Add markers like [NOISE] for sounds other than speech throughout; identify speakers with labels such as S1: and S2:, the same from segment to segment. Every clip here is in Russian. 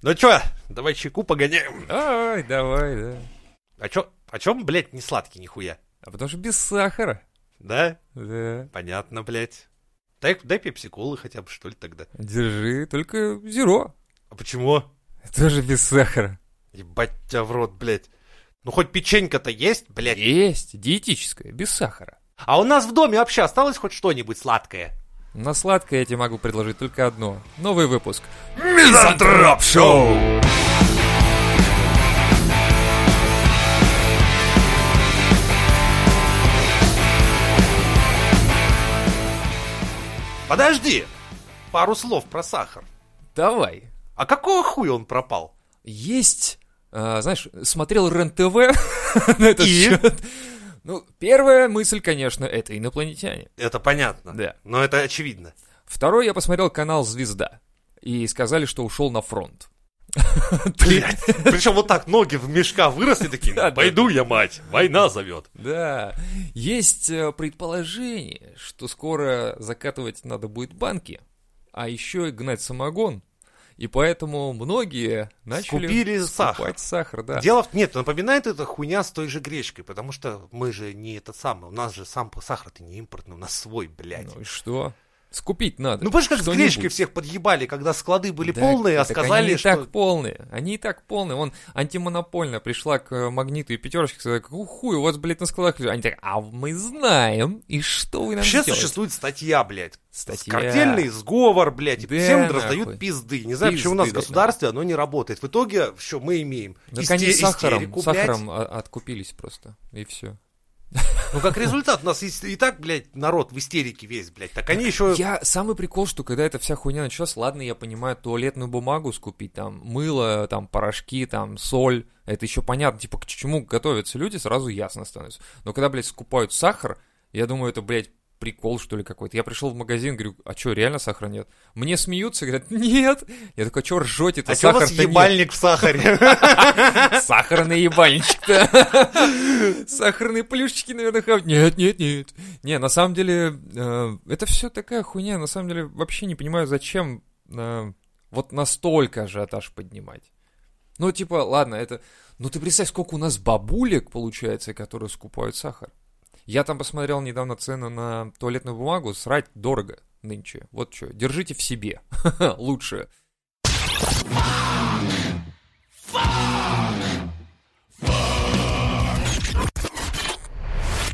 S1: Ну чё, давай чайку погоняем.
S2: Ай, давай, да.
S1: А чё, о чем, блядь, не сладкий нихуя?
S2: А потому что без сахара.
S1: Да?
S2: Да.
S1: Понятно, блядь. Дай, дай пепси-колы хотя бы, что ли, тогда.
S2: Держи, только зеро.
S1: А почему?
S2: Тоже без сахара.
S1: Ебать тебя в рот, блядь. Ну хоть печенька-то есть, блядь.
S2: Есть, диетическое, без сахара.
S1: А у нас в доме вообще осталось хоть что-нибудь сладкое?
S2: На сладкое я тебе могу предложить только одно. Новый выпуск.
S1: Мизантроп Шоу! Подожди! Пару слов про сахар.
S2: Давай.
S1: А какого хуя он пропал?
S2: Есть, а, знаешь, смотрел РЕН-ТВ [LAUGHS] на этот
S1: И?
S2: счет. Ну, первая мысль, конечно, это инопланетяне.
S1: Это понятно.
S2: Да.
S1: Но это
S2: [LAUGHS]
S1: очевидно.
S2: Второй я посмотрел канал «Звезда». И сказали, что ушел на фронт.
S1: [LAUGHS] Блять. Причем вот так ноги в мешка выросли такие.
S2: [LAUGHS] Да, да.
S1: Пойду я, мать, война зовет.
S2: Да, есть э, предположение, что скоро закатывать надо будет банки, а еще и гнать самогон. И поэтому многие начали
S1: Скупили сахар.
S2: покупать сахар, да.
S1: Дело в... Нет, напоминает это хуйня с той же гречкой, потому что мы же не этот самый, у нас же сам сахар-то не импортный, у нас свой, блядь.
S2: Ну и что? Скупить надо.
S1: Ну, помнишь, как с
S2: что-нибудь.
S1: гречкой всех подъебали, когда склады были
S2: Да,
S1: полные, а
S2: так
S1: сказали,
S2: они и
S1: что...
S2: так полные, они и так полные. Он антимонопольно пришла к э, Магниту и Пятерочке, сказала, «Какой хуй, у вас, блядь, на складах лежит». Они так, а мы знаем, и что вы нам
S1: Вообще
S2: сделаете?»
S1: существует статья, блядь.
S2: Статья.
S1: Картельный сговор, блядь, и
S2: Да,
S1: всем
S2: нахуй.
S1: раздают пизды. Не знаю, почему у
S2: Пизды
S1: нас в
S2: дают,
S1: государстве оно не работает. В итоге, что мы имеем?
S2: Так
S1: Исте-
S2: они сахаром,
S1: истерику, блядь.
S2: сахаром а, откупились просто, и все.
S1: Ну, как результат, у нас и и так, блядь, народ в истерике весь, блядь. Так они еще...
S2: Я самый прикол, что когда эта вся хуйня началась, ладно, я понимаю, туалетную бумагу скупить, там мыло, там порошки, там соль, это еще понятно, типа к чему готовятся люди, сразу ясно становится. Но когда, блядь, скупают сахар, я думаю, это, блядь, прикол, что ли, какой-то. Я пришел в магазин, говорю, а что, реально сахара нет? Мне смеются, говорят, нет. Я такой, а что ржете-то,
S1: А чё у вас
S2: сахар-то нет?
S1: ебальник в сахаре?
S2: Сахарный ебальничек-то. Сахарные плюшечки, наверное, хавать. Нет, нет, нет. Не, на самом деле, э, это все такая хуйня. На самом деле, вообще не понимаю, зачем э, вот настолько ажиотаж поднимать. Ну, типа, ладно, это... Ну, ты представь, сколько у нас бабулек, получается, которые скупают сахар. Я там посмотрел недавно цены на туалетную бумагу. Срать дорого нынче. Вот что, держите в себе. [LAUGHS] Лучше.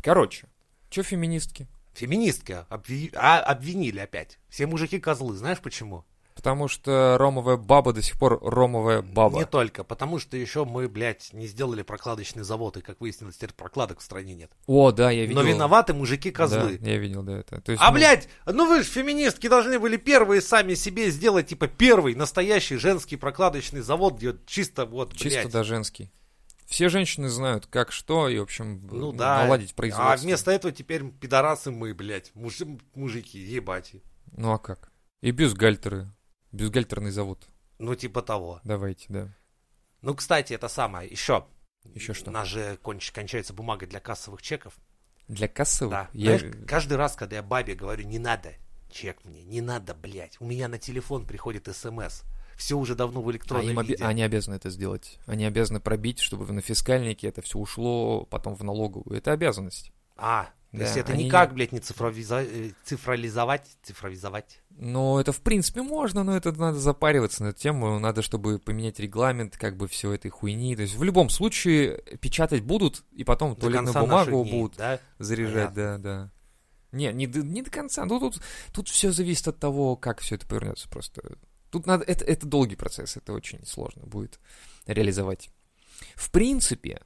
S2: Короче, что феминистки?
S1: Феминистки обви- а, обвинили опять. Все мужики козлы, знаешь почему?
S2: Потому что ромовая баба до сих пор ромовая баба.
S1: Не только, потому что еще мы, блядь, не сделали прокладочный завод, и, как выяснилось, теперь прокладок в стране нет.
S2: О, да, я
S1: Но
S2: видел.
S1: виноваты мужики козлы.
S2: Да, я видел, да, это. То есть
S1: А,
S2: мы-
S1: блядь, ну вы же феминистки должны были первые сами себе сделать, типа, первый настоящий женский прокладочный завод, где чисто вот,
S2: Чисто
S1: блядь. А
S2: да женский. Все женщины знают, как что, и, в общем,
S1: Ну
S2: м,
S1: да.
S2: наладить производство.
S1: А вместо этого теперь пидорасы мы, блядь, муж- мужики, ебать.
S2: Ну а как? И бюстгальтеры. Бюстгальтерный завод.
S1: Ну, типа того.
S2: Давайте, да.
S1: Ну, кстати, это самое, еще.
S2: Еще что?
S1: У нас же конч- кончается бумага для кассовых чеков.
S2: Для кассовых?
S1: Да.
S2: Ну, Я- А
S1: Знаешь, каждый раз, когда я бабе говорю, не надо, чек мне, не надо, блядь. У меня на телефон приходит СМС. Все уже давно в
S2: А
S1: электронном
S2: им обе-
S1: виде.
S2: Они обязаны это сделать. Они обязаны пробить, чтобы на фискальнике это все ушло потом в налоговую. Это обязанность.
S1: А,
S2: Да,
S1: то есть это
S2: они-
S1: никак, блядь, не цифровиза- э, цифрализовать, цифровизовать.
S2: Но Ну, это, в принципе, можно, но это надо запариваться на эту тему. Надо, чтобы поменять регламент, как бы все этой хуйни. То есть в любом случае печатать будут, и потом
S1: До
S2: туалетную
S1: конца наших
S2: Ну, бумагу
S1: дней,
S2: будут
S1: да?
S2: заряжать, да, да. Не, не, до- не до конца. Ну, тут, тут все зависит от того, как все это повернется просто. Тут надо, это, это долгий процесс, это очень сложно будет реализовать. В принципе,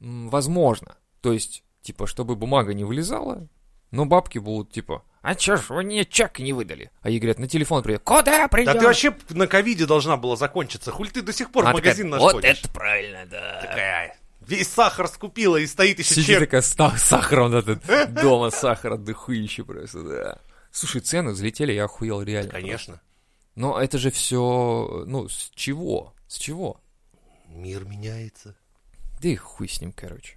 S2: м, возможно. То есть, типа, чтобы бумага не вылезала, но бабки будут, типа, а чё ж вы мне чек не выдали? А ей говорят, на телефон придет. Куда придет?
S1: Да ты вообще на ковиде должна была закончиться. Хуль ты до сих пор в магазин наш
S2: А, Вот
S1: ходишь?
S2: это правильно, да.
S1: Такая, Весь сахар скупила и стоит еще
S2: Сидит
S1: чек.
S2: такая с та- [LAUGHS] сахаром, да, тут
S1: [LAUGHS]
S2: дома сахара дохуище просто, да. Слушай, цены взлетели, я охуел реально.
S1: Конечно.
S2: Но это же все, ну, с чего? С чего?
S1: Мир меняется.
S2: Да и хуй с ним, короче.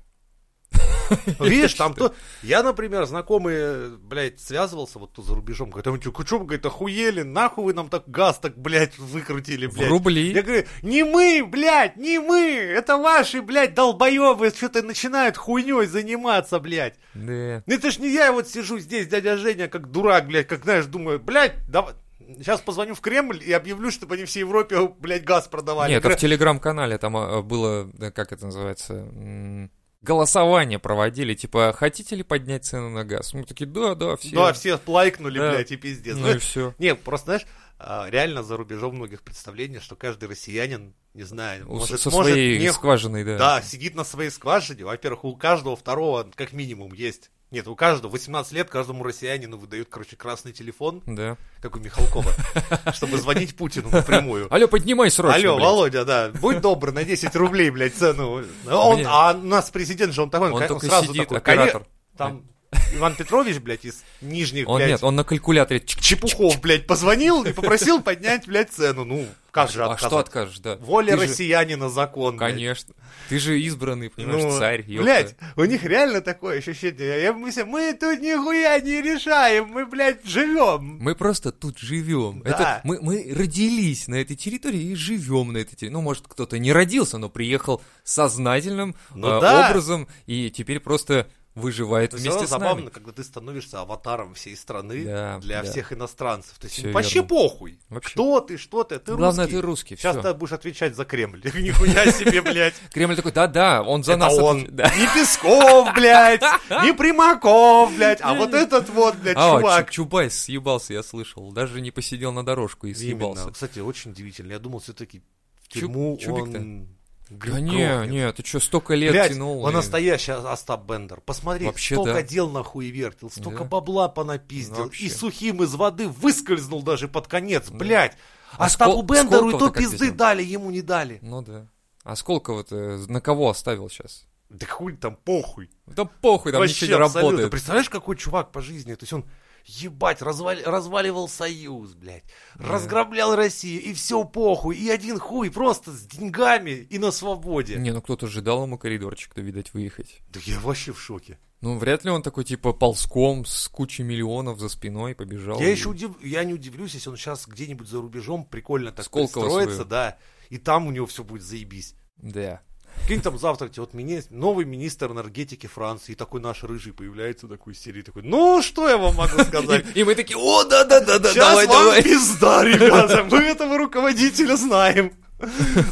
S1: Ну,
S2: [LAUGHS]
S1: Видишь, там то... Я, например, знакомые, блядь, связывался вот тут за рубежом, говорит, а вы чё, кучом, говорит, охуели, нахуй вы нам так газ так, блядь, выкрутили,
S2: В
S1: блядь.
S2: рубли.
S1: Я говорю, не мы, блядь, не мы, это ваши, блядь, долбоебы, что-то начинают хуйней заниматься, блядь.
S2: Да.
S1: Ну это ж не я вот сижу здесь, дядя Женя, как дурак, блядь, как, знаешь, думаю, блядь, давай... Сейчас позвоню в Кремль и объявлю, чтобы они всей Европе, блядь, газ продавали.
S2: Нет, это
S1: Кре-
S2: в телеграм-канале там а, было, да, как это называется, м, голосование проводили, типа, хотите ли поднять цены на газ? Мы такие, да, да, все.
S1: Да, «Ну, а все лайкнули,
S2: Да.
S1: блядь, и пиздец.
S2: Ну
S1: Ну,
S2: и все.
S1: Не, просто, знаешь, а, реально за рубежом многих представлений, что каждый россиянин, не знаю, может,
S2: Со
S1: может
S2: своей
S1: не-
S2: скважиной, да.
S1: да, сидит на своей скважине. Во-первых, у каждого второго как минимум есть. Нет, у каждого 18 лет каждому россиянину выдают, короче, красный телефон,
S2: Да.
S1: как у Михалкова, [LAUGHS] чтобы звонить Путину
S2: [LAUGHS]
S1: напрямую.
S2: Алло, поднимай срочно,
S1: Алло,
S2: блядь.
S1: Володя, да, будь добр, на 10 рублей, блядь, цену. Он,
S2: Блин.
S1: а у нас президент же, он такой,
S2: Он
S1: он
S2: только
S1: сразу
S2: сидит,
S1: такой,
S2: оператор.
S1: «Коре- Там Иван Петрович, блядь, из Нижних,
S2: Он
S1: блядь,
S2: нет, он на калькуляторе. чик,
S1: Чепухов, блядь, позвонил и попросил поднять, блядь, цену. Ну, как же
S2: А что
S1: отказать?
S2: откажешь, да?
S1: Воля
S2: Ты же-
S1: россиянина закон, блядь.
S2: Конечно. Ты же избранный, понимаешь,
S1: Ну,
S2: царь. ёпта.
S1: блядь, у них реально такое ощущение. Я- мы, все- мы тут нихуя не решаем, мы, блядь, живем.
S2: Мы просто тут живем.
S1: Да.
S2: Это мы, мы родились на этой территории и живем на этой территории. Ну, может, кто-то не родился, но приехал сознательным
S1: Ну
S2: э,
S1: да.
S2: образом и теперь просто выживает вместе с
S1: забавно,
S2: нами.
S1: когда ты становишься аватаром всей страны
S2: Да,
S1: для
S2: да.
S1: всех иностранцев. То есть
S2: Всё
S1: им вообще
S2: верно.
S1: похуй.
S2: Вообще.
S1: Кто ты, что ты, ты
S2: Главное,
S1: русский.
S2: ты русский.
S1: Сейчас
S2: всё.
S1: ты будешь отвечать за Кремль. [LAUGHS] Нихуя себе, блядь.
S2: Кремль такой, да-да, он за
S1: это
S2: нас.
S1: он.
S2: отвечает». [LAUGHS] Да.
S1: Не Песков, блядь, не Примаков, блядь, а вот этот вот, блядь,
S2: А,
S1: чувак.
S2: Чу- Чубайс съебался, я слышал. Даже не посидел на дорожку и съебался.
S1: Именно. Кстати, очень удивительно. Я думал, все-таки в
S2: Чу-
S1: тюрьму
S2: Чубик-то?
S1: он...
S2: Да
S1: гребёт.
S2: не, не, ты что, столько лет
S1: Блядь,
S2: тянул.
S1: он
S2: и-
S1: настоящий А- Остап Бендер. Посмотри,
S2: Вообще,
S1: столько
S2: да.
S1: дел нахуй вертел, столько
S2: Да.
S1: бабла понапиздил.
S2: Вообще.
S1: И сухим из воды выскользнул даже под конец, блядь.
S2: А
S1: Остапу
S2: Скол-
S1: Бендеру и то
S2: Сколково-то как
S1: пизды
S2: здесь?
S1: дали, ему не дали.
S2: Ну да. А Сколково-то на кого оставил сейчас?
S1: Да хуй там, похуй.
S2: Да похуй, там
S1: Вообще
S2: ничего не
S1: абсолютно.
S2: работает.
S1: Представляешь, какой чувак по жизни? То есть он, ебать, развали- разваливал Союз, блядь. Разграблял Россию, и все похуй. И один хуй просто с деньгами и на свободе.
S2: Не, ну кто-то же дал ему коридорчик-то, видать, выехать.
S1: Да я вообще в шоке.
S2: Ну, вряд ли он такой, типа, ползком с кучей миллионов за спиной побежал.
S1: Я
S2: И-
S1: еще удив- я не удивлюсь, если он сейчас где-нибудь за рубежом прикольно так
S2: Сколково
S1: пристроится,
S2: свою.
S1: да, и там у него все будет заебись.
S2: Да.
S1: Кинь там завтра, тебе вот мини- новый министр энергетики Франции, и такой наш рыжий появляется, такой из серии, такой, ну, что я вам
S2: [LAUGHS]
S1: могу сказать?
S2: И мы такие, о, да-да-да-да,
S1: Сейчас
S2: давай,
S1: вам
S2: давай. [LAUGHS]
S1: пизда, ребята, мы этого руководителя знаем. [LAUGHS]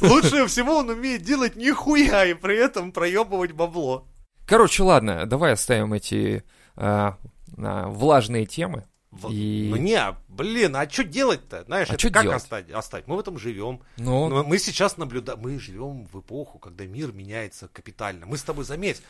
S1: Лучше всего он умеет делать нихуя и при этом проебывать бабло.
S2: Короче, ладно, давай оставим эти а, а, влажные темы.
S1: Вот.
S2: И-
S1: Ну не, блин, а что делать-то? Знаешь,
S2: А
S1: это
S2: чё
S1: как
S2: делать?
S1: оставить? оставить? Мы в этом живем.
S2: Ну,
S1: Но мы сейчас наблюдаем, мы живем в эпоху, когда мир меняется капитально. Мы с тобой, заметь,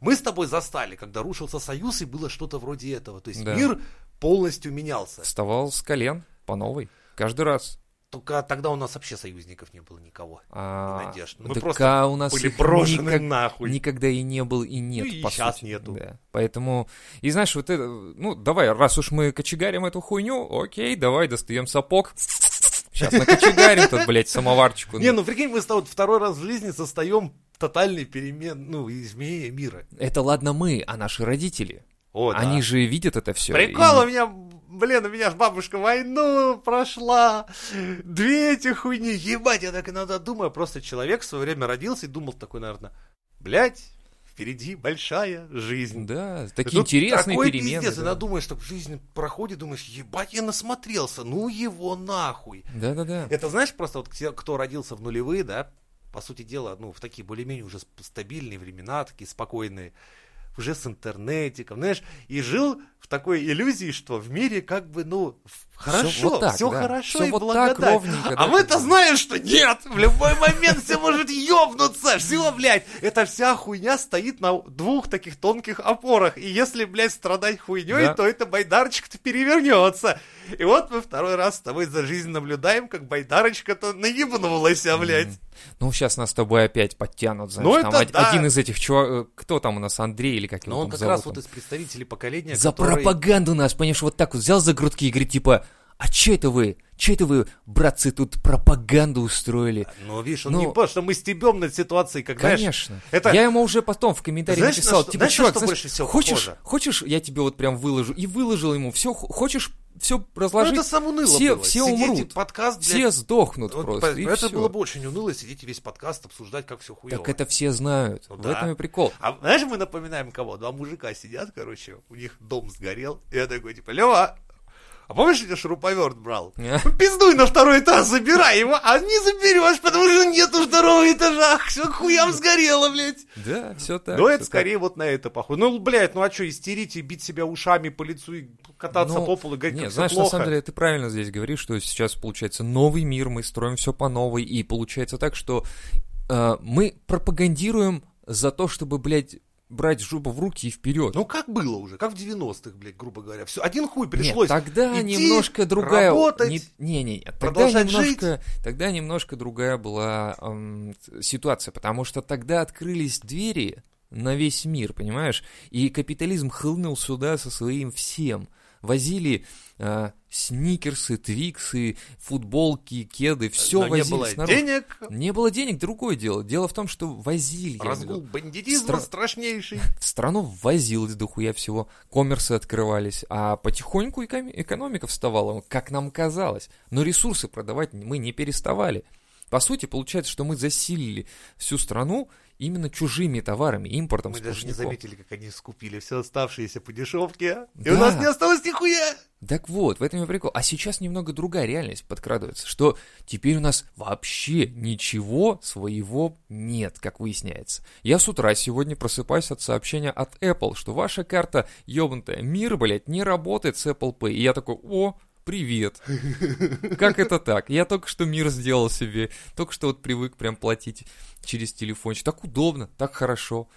S1: мы с тобой застали, когда рушился Союз, и было что-то вроде этого. То есть
S2: Да.
S1: мир полностью менялся.
S2: вставал с колен по новой. Каждый раз.
S1: Только тогда у нас вообще союзников не было никого.
S2: А,
S1: надежд. Мы
S2: так
S1: просто
S2: а у нас
S1: Были
S2: их
S1: брошены
S2: никак-
S1: нахуй.
S2: Никогда и не был, и нет.
S1: Ну и
S2: по
S1: щас
S2: сути.
S1: нету.
S2: Да. Поэтому, и знаешь, вот это, ну, давай, раз уж мы кочегарим эту хуйню, окей, давай, достаем сапог. Сейчас накочегарим тут, блядь, самоварчику.
S1: Не, ну прикинь, мы с тобой второй раз в жизни состаем тотальный перемен, ну, изменение мира.
S2: Это ладно мы, а наши родители.
S1: О, да.
S2: Они э, же видят это все.
S1: Прикол, у меня, блин, у меня ж бабушка войну прошла. Две эти хуйни. Ебать, я так иногда думаю. Просто человек в свое время родился и думал такой, наверное, блядь, впереди большая жизнь.
S2: Да,
S1: И
S2: такие
S1: тут
S2: интересные
S1: Ну, такой
S2: перемены.
S1: пиздец, иногда
S2: да.
S1: думаешь, что жизнь проходит, думаешь, ебать, я насмотрелся, ну его нахуй.
S2: Да-да-да.
S1: Это знаешь, просто вот те, кто родился в нулевые, да, по сути дела, ну, в такие более-менее уже сп- стабильные времена, такие спокойные, уже с интернетиком, знаешь, и жил в такой иллюзии, что в мире как бы, ну, в- хорошо, все,
S2: вот так, да.
S1: хорошо
S2: Всё
S1: и
S2: вот так,
S1: благодать.
S2: ровненько, да,
S1: а мы-то
S2: как бы.
S1: знаем, что нет, в любой момент все может ёбнуться, все, блядь, эта вся хуйня стоит на двух таких тонких опорах, и если, блядь, страдать хуйней,
S2: Да.
S1: то это байдарочка-то перевернется. И вот мы второй раз с тобой за жизнь наблюдаем, как байдарочка-то наебнулась, а, блядь.
S2: Ну, сейчас нас с тобой опять подтянут, знаешь,
S1: Ну,
S2: там
S1: это
S2: од-
S1: да.
S2: один из этих чувак, э, кто там у нас, Андрей или как его
S1: Но Ну, он
S2: там
S1: как
S2: зовут
S1: раз
S2: там?
S1: вот из представителей поколения,
S2: За
S1: который-
S2: пропаганду нас, понимаешь, вот так вот взял за грудки и говорит, типа, а че это вы? Че это вы, братцы, тут пропаганду устроили?
S1: Но видишь, он
S2: Ну-
S1: не понял, что мы стебем над ситуацией, как знаешь,
S2: Конечно.
S1: это-
S2: Я ему уже потом в комментарии
S1: Знаешь, на
S2: написал,
S1: что-
S2: типа,
S1: знаешь, на
S2: чувак,
S1: что
S2: знаешь,
S1: больше всего
S2: хочешь,
S1: похоже?
S2: хочешь, я тебе вот прям выложу. И выложил ему, все, хочешь, все
S1: ну,
S2: разложить,
S1: это сам уныло
S2: все-
S1: было.
S2: все
S1: Сидеть и
S2: умрут.
S1: подкаст,
S2: все сдохнут
S1: Вот
S2: просто,
S1: по-
S2: и
S1: это
S2: всё.
S1: было бы очень уныло сидеть и весь подкаст обсуждать, как все хуево.
S2: Так это все знают,
S1: Ну
S2: в
S1: да.
S2: этом и прикол.
S1: [LAUGHS]
S2: [LAUGHS]
S1: А знаешь, мы напоминаем кого? Два мужика сидят, короче, у них дом сгорел. И я такой, типа, Лева, а помнишь, я тебя шуруповерт брал? Ну, Пиздуй на второй этаж, забирай его, а не заберешь, потому что нету второго этажа. Все к хуям сгорело, блядь.
S2: Да, все так.
S1: Но
S2: всё
S1: Ну, это
S2: так.
S1: скорее вот на это похоже. Ну, блядь, ну а что, истерить и бить себя ушами по лицу и кататься
S2: Ну,
S1: по полу и говорить,
S2: Не,
S1: как
S2: знаешь,
S1: все плохо.
S2: на самом деле ты правильно здесь говоришь, что сейчас получается новый мир, мы строим все по новой, и получается так, что э, мы пропагандируем за то, чтобы, блядь, брать жопу в руки и вперед.
S1: Ну, как было уже, как в 90-х, блядь, грубо говоря. Все, один хуй
S2: Нет,
S1: пришлось.
S2: тогда
S1: идти,
S2: немножко другая...
S1: работать,
S2: не, не, не, нет, тогда
S1: продолжать
S2: немножко, тогда немножко другая была эм, т- ситуация, потому что тогда открылись двери на весь мир, понимаешь? И капитализм хлынул сюда со своим всем. Возили э, сникерсы, твиксы, футболки, кеды, все
S1: Но
S2: возили
S1: не было
S2: снаружи.
S1: денег,
S2: Не было денег, другое дело. Дело в том, что возили. я имею в виду.
S1: разгул бандитизма
S2: Стра-
S1: страшнейший.
S2: в страну ввозилось дохуя всего, коммерсы открывались, а потихоньку эконом- экономика вставала, ну, как нам казалось. Но ресурсы продавать мы не переставали. По сути, получается, что мы засилили всю страну именно чужими товарами, импортом
S1: Мы даже не
S2: сплошняком.
S1: заметили, как они скупили все оставшиеся по дешевке. И
S2: Да.
S1: у нас не осталось нихуя.
S2: Так вот, в этом и прикол. А сейчас немного другая реальность подкрадывается, что теперь у нас вообще ничего своего нет, как выясняется. Я с утра сегодня просыпаюсь от сообщения от Apple, что ваша карта ёбнутая мир, блядь, не работает с Apple Pay. И я такой, о, привет. Как это так? Я только что мир сделал себе, только что вот привык прям платить через телефончик. Так удобно, так хорошо.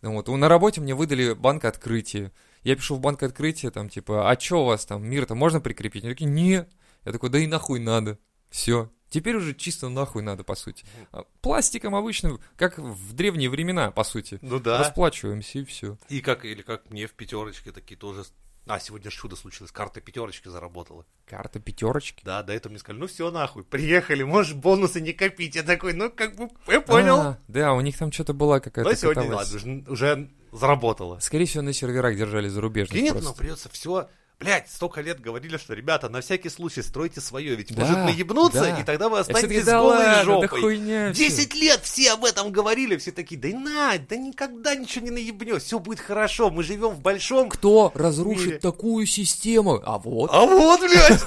S2: Ну Вот. На работе мне выдали банк открытия. Я пишу в банк открытия, там, типа, а что у вас там, мир-то можно прикрепить? Они такие, нет. Я такой, да и нахуй надо. Все. Теперь уже чисто нахуй надо, по сути. А Пластиком обычно, как в древние времена, по сути.
S1: Ну да.
S2: Расплачиваемся и все.
S1: И как, или как мне в пятерочке такие тоже... А, сегодня ж чудо случилось, карта пятерочки заработала.
S2: Карта пятерочки.
S1: Да, до этого мне сказали, ну все нахуй, приехали, можешь бонусы не копить. Я такой, ну как бы, я понял.
S2: А, да, у них там что-то была какая-то
S1: Но сегодня
S2: каталась.
S1: ладно, уже- уже заработало. ну,
S2: Скорее всего, на серверах держали зарубежных
S1: Нет,
S2: ну просто.
S1: нам придется все. Блять, столько лет говорили, что, ребята, на всякий случай стройте свое, ведь
S2: Да,
S1: может наебнуться,
S2: да.
S1: и тогда вы
S2: Я всё-таки,
S1: останетесь с
S2: да
S1: голой
S2: ладно, да
S1: жопой.
S2: хуйня всё.
S1: Десять лет все об этом говорили, все такие, да и на, да никогда ничего не наебнешь, все будет хорошо, мы живем в большом...
S2: Кто разрушит
S1: мире.
S2: такую систему? А вот.
S1: А вот, блядь,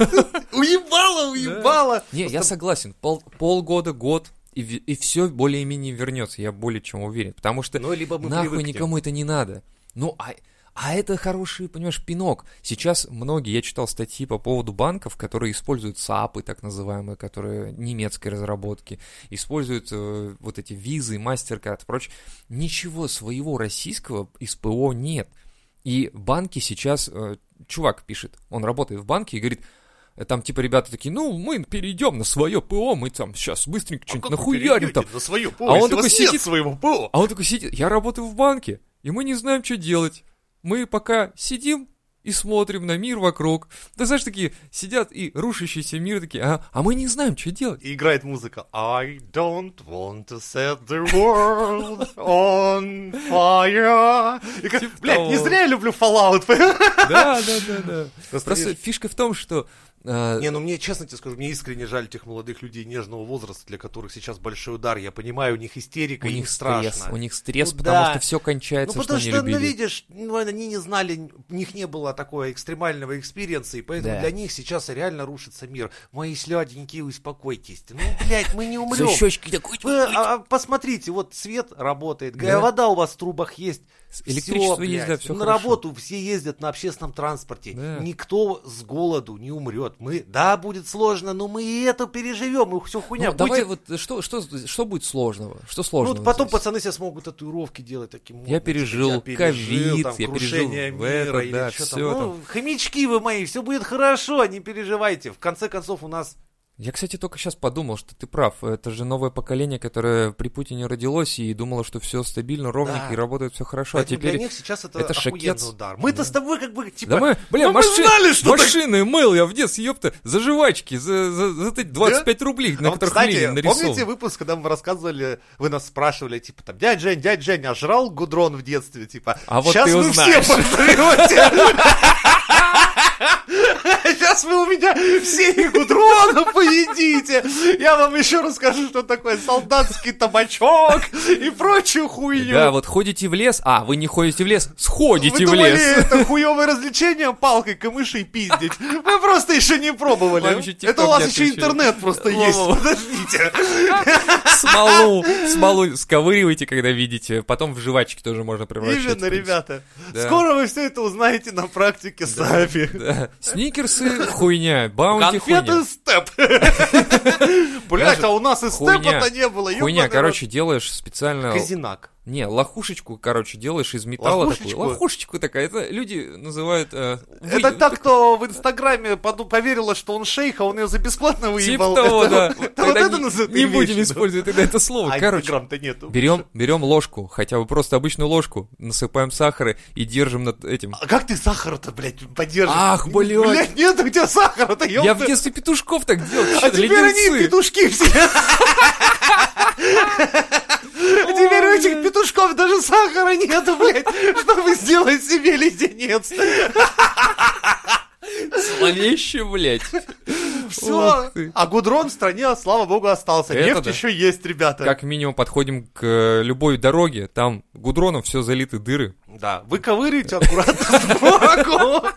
S1: [LAUGHS] уебало, уебало.
S2: Не, я согласен. Пол, полгода, год, и, ви- и все более-менее вернется. Я более чем уверен. Потому что
S1: Ну, либо мы
S2: нахуй
S1: привыкнем.
S2: никому это не надо. Ну, а, а это хороший, понимаешь, пинок. Сейчас многие, я читал статьи по поводу банков, которые используют САПы, так называемые, которые немецкой разработки, используют э, вот эти визы, MasterCard и прочее. Ничего своего российского из ПО нет. И банки сейчас... э, чувак пишет, он работает в банке и говорит, э, там типа ребята такие, ну, мы перейдем на свое ПО, мы там сейчас быстренько
S1: А
S2: что-нибудь
S1: как
S2: нахуярим
S1: вы
S2: там.
S1: перейдете на свое ПО,
S2: А он
S1: если у
S2: такой
S1: вас
S2: сидит-
S1: нет своего ПО?
S2: А он такой сидит, я работаю в банке, и мы не знаем, что делать. Мы пока сидим и смотрим на мир вокруг. Да знаешь, такие сидят и рушащийся мир такие, а, а мы не знаем,
S1: [LAUGHS]
S2: что делать.
S1: И играет музыка I don't want to set the world on fire. И как,
S2: Типа
S1: блядь,
S2: того.
S1: не зря я люблю Fallout. понимаешь?
S2: Да, да, да, да.
S1: Просто
S2: Просто
S1: видишь-
S2: фишка в том, что... э,
S1: Не, ну мне, честно тебе скажу, мне искренне жаль тех молодых людей нежного возраста, для которых сейчас большой удар. Я понимаю, у них истерика,
S2: у
S1: им
S2: них
S1: страшно.
S2: стресс, у них стресс,
S1: Ну
S2: потому
S1: да.
S2: что все
S1: Ну,
S2: кончается, что
S1: потому
S2: они
S1: что, ну,
S2: любили.
S1: видишь, ну, они не знали, у них не было такого экстремального экспириенса, и поэтому
S2: Да.
S1: для них сейчас реально рушится мир. Мои сляденькие, успокойтесь. Ну, блядь, мы не
S2: За
S1: умрем.
S2: щечки такой...
S1: Вы, а, а, посмотрите, вот свет работает, га-
S2: Да.
S1: вода у вас в трубах есть.
S2: С- электричество
S1: всё,
S2: есть,
S1: блядь.
S2: да, всё
S1: На
S2: хорошо.
S1: работу все ездят на общественном транспорте.
S2: Да.
S1: Никто с голоду не умрет. Мы, да, будет сложно, но мы и это переживем, и все хуйня.
S2: Ну, давай
S1: Будете-
S2: вот, что, что, что будет сложного? Что
S1: Ну,
S2: сложного?
S1: вот потом
S2: здесь?
S1: пацаны сейчас могут татуировки делать таким
S2: Я пережил ковид, я пережил в это, да,
S1: что
S2: всё
S1: там. Ну, хомячки вы мои, все будет хорошо, не переживайте. В конце концов, у нас
S2: Я, кстати, только сейчас подумал, что ты прав. Это же новое поколение, которое при Путине родилось и думало, что все стабильно, ровненько
S1: Да.
S2: и работает все хорошо.
S1: Поэтому
S2: а теперь...
S1: для них сейчас это,
S2: это
S1: охуенный
S2: шокец.
S1: удар. Мы-то с тобой как бы, типа,
S2: Да мы, бля,
S1: ну мы
S2: маши-
S1: знали, что так-
S2: машины мыл я в детстве, ёпта, за жвачки, за, за, за эти 25 рублей, на
S1: А вот,
S2: которых
S1: кстати,
S2: Ленин нарисован.
S1: помните выпуск, когда мы рассказывали, вы нас спрашивали, типа, там, дядь Жень, дядь Жень, а жрал гудрон в детстве, типа,
S2: А вот
S1: сейчас
S2: ты
S1: вы
S2: узнаешь».
S1: все [LAUGHS] позовете. Сейчас вы у меня все гудрона поедите. Я вам еще расскажу, что такое солдатский табачок и прочую хуйню.
S2: Да, вот ходите в лес, а, вы не ходите в лес,
S1: Вы
S2: сходите в
S1: думали,
S2: лес.
S1: это хуевое развлечение палкой камыши пиздить? Вы просто еще не пробовали.
S2: Вам еще TikTok
S1: Это у вас
S2: не
S1: еще
S2: отключили.
S1: интернет просто есть.
S2: Во-во-во.
S1: Подождите.
S2: Смолу, смолу сковыривайте, когда видите, потом в жвачки тоже можно превращать. в
S1: Именно,
S2: принципе.
S1: ребята.
S2: Да.
S1: Скоро вы все это узнаете на практике сами.
S2: Да. Сникерсы, хуйня, баунти, хуйня.
S1: Конфеты степ. [LAUGHS] Блять,
S2: Даже
S1: а у нас и
S2: хуйня.
S1: степа-то не было.
S2: Хуйня,
S1: ёбаный
S2: короче, э, делаешь специально...
S1: рот. Казинак.
S2: Не, лохушечку, короче, делаешь из металла
S1: Лохушечку?
S2: такую. Лохушечку такая, это люди называют... э, вы-
S1: Это та, кто в Инстаграме поду- поверила, что он шейх, а он ее за бесплатно
S2: Типа
S1: выебал.
S2: того, да.
S1: Это вот-
S2: Тогда
S1: Вот это
S2: не-
S1: называют
S2: Не будем
S1: вещью, да.
S2: использовать тогда это слово.
S1: А
S2: Короче,
S1: Инстаграм-то нету.
S2: берем, берем ложку, хотя бы просто обычную ложку, насыпаем сахара и держим над этим.
S1: А как ты сахар-то, блядь, поддерживаешь?
S2: Ах, блядь.
S1: Блядь, нет у тебя сахара-то,
S2: Я в
S1: ёпта.
S2: детстве петушков так делал.
S1: А
S2: вообще-то,
S1: теперь они
S2: леденцы.
S1: петушки все. А теперь у этих петушков даже сахара нету, блядь, чтобы сделать себе леденец.
S2: Зловеще, блядь.
S1: Все.
S2: Ох ты.
S1: А гудрон в стране, слава богу, остался.
S2: Это
S1: Нефть
S2: да.
S1: еще есть, ребята.
S2: Как минимум подходим к э, любой дороге, там гудроном все залиты дыры.
S1: Да, вы ковыряете аккуратно [LAUGHS] сбоку.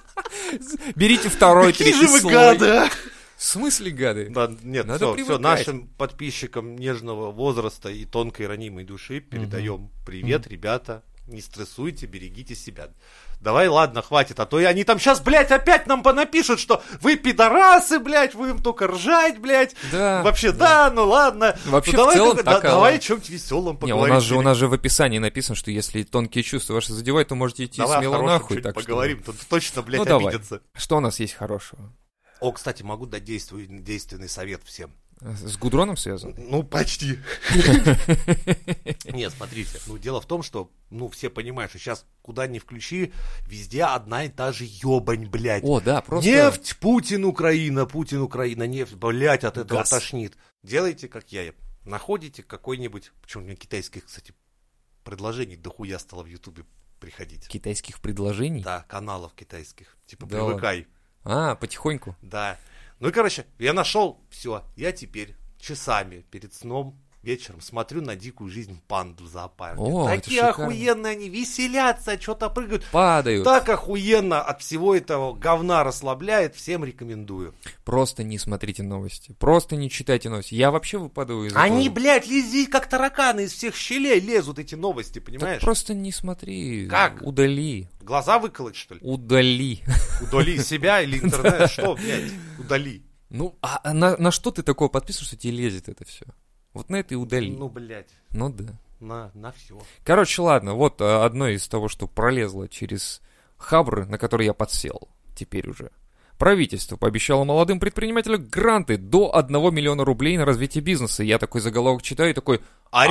S2: Берите второй,
S1: Какие же
S2: третий
S1: вы
S2: слой.
S1: гады, а?
S2: В смысле гады?
S1: Да, нет,
S2: Надо
S1: все,
S2: привыкать.
S1: нашим подписчикам нежного возраста и тонкой ранимой души передаем привет, ребята. Не стрессуйте, берегите себя. Давай, ладно, хватит, а то и они там сейчас, блядь, опять нам понапишут, что вы пидорасы, блядь, вы им только ржать, блядь.
S2: Да.
S1: Вообще, да, ну ладно.
S2: А. Вообще,
S1: Ну
S2: в
S1: давай,
S2: целом
S1: как- да-
S2: такая-
S1: давай о чем-нибудь веселом
S2: Не,
S1: поговорим.
S2: у нас, же, у
S1: Или-
S2: нас же в описании написано, что если тонкие чувства ваши задевают, то можете идти
S1: Давай о
S2: смело
S1: хорошем
S2: нахуй.
S1: чё-нибудь
S2: Так что-
S1: поговорим, тут точно, блядь,
S2: Ну, давай.
S1: обидятся.
S2: Что у нас есть хорошего?
S1: О, кстати, могу дать действуй- действенный совет всем.
S2: С гудроном связано?
S1: [LAUGHS] Ну, почти. Нет, смотрите, ну дело в том, что, ну, все понимают, что сейчас куда ни включи, везде одна и та же ебань, блядь.
S2: О, да, просто...
S1: Нефть, Путин, Украина, Путин, Украина, нефть, блядь, от этого
S2: Газ.
S1: тошнит. Делайте, как я, находите какой-нибудь, почему у меня китайских, кстати, предложений дохуя стало в Ютубе приходить.
S2: Китайских предложений?
S1: Да, каналов китайских, типа
S2: Да ладно.
S1: привыкай.
S2: А, потихоньку.
S1: Да. Ну и, короче, я нашел, все, я теперь часами перед сном вечером смотрю на дикую жизнь панд в зоопарке.
S2: О, это
S1: Такие
S2: шикарно.
S1: охуенные они, веселятся, что-то прыгают.
S2: Падают.
S1: Так охуенно от всего этого говна расслабляет, всем рекомендую.
S2: Просто не смотрите новости. Просто не читайте новости. Я вообще выпадаю из
S1: Они,
S2: этого.
S1: блядь, лези, как тараканы из всех щелей лезут эти новости,
S2: Так
S1: понимаешь?
S2: просто не смотри.
S1: Как?
S2: Удали.
S1: Глаза выколоть, что ли?
S2: [LAUGHS] Удали.
S1: Удали себя или интернет, что, блядь, удали.
S2: Ну, а а на, на что ты такое подписываешь, что тебе лезет это все? Вот на это и удали.
S1: Ну, блядь,
S2: ну да.
S1: на, на все.
S2: Короче, ладно, вот а, одно из того, что пролезло через хабры, на который я подсел теперь уже. Правительство пообещало молодым предпринимателям гранты до 1 миллиона рублей на развитие бизнеса. Я такой заголовок читаю и такой...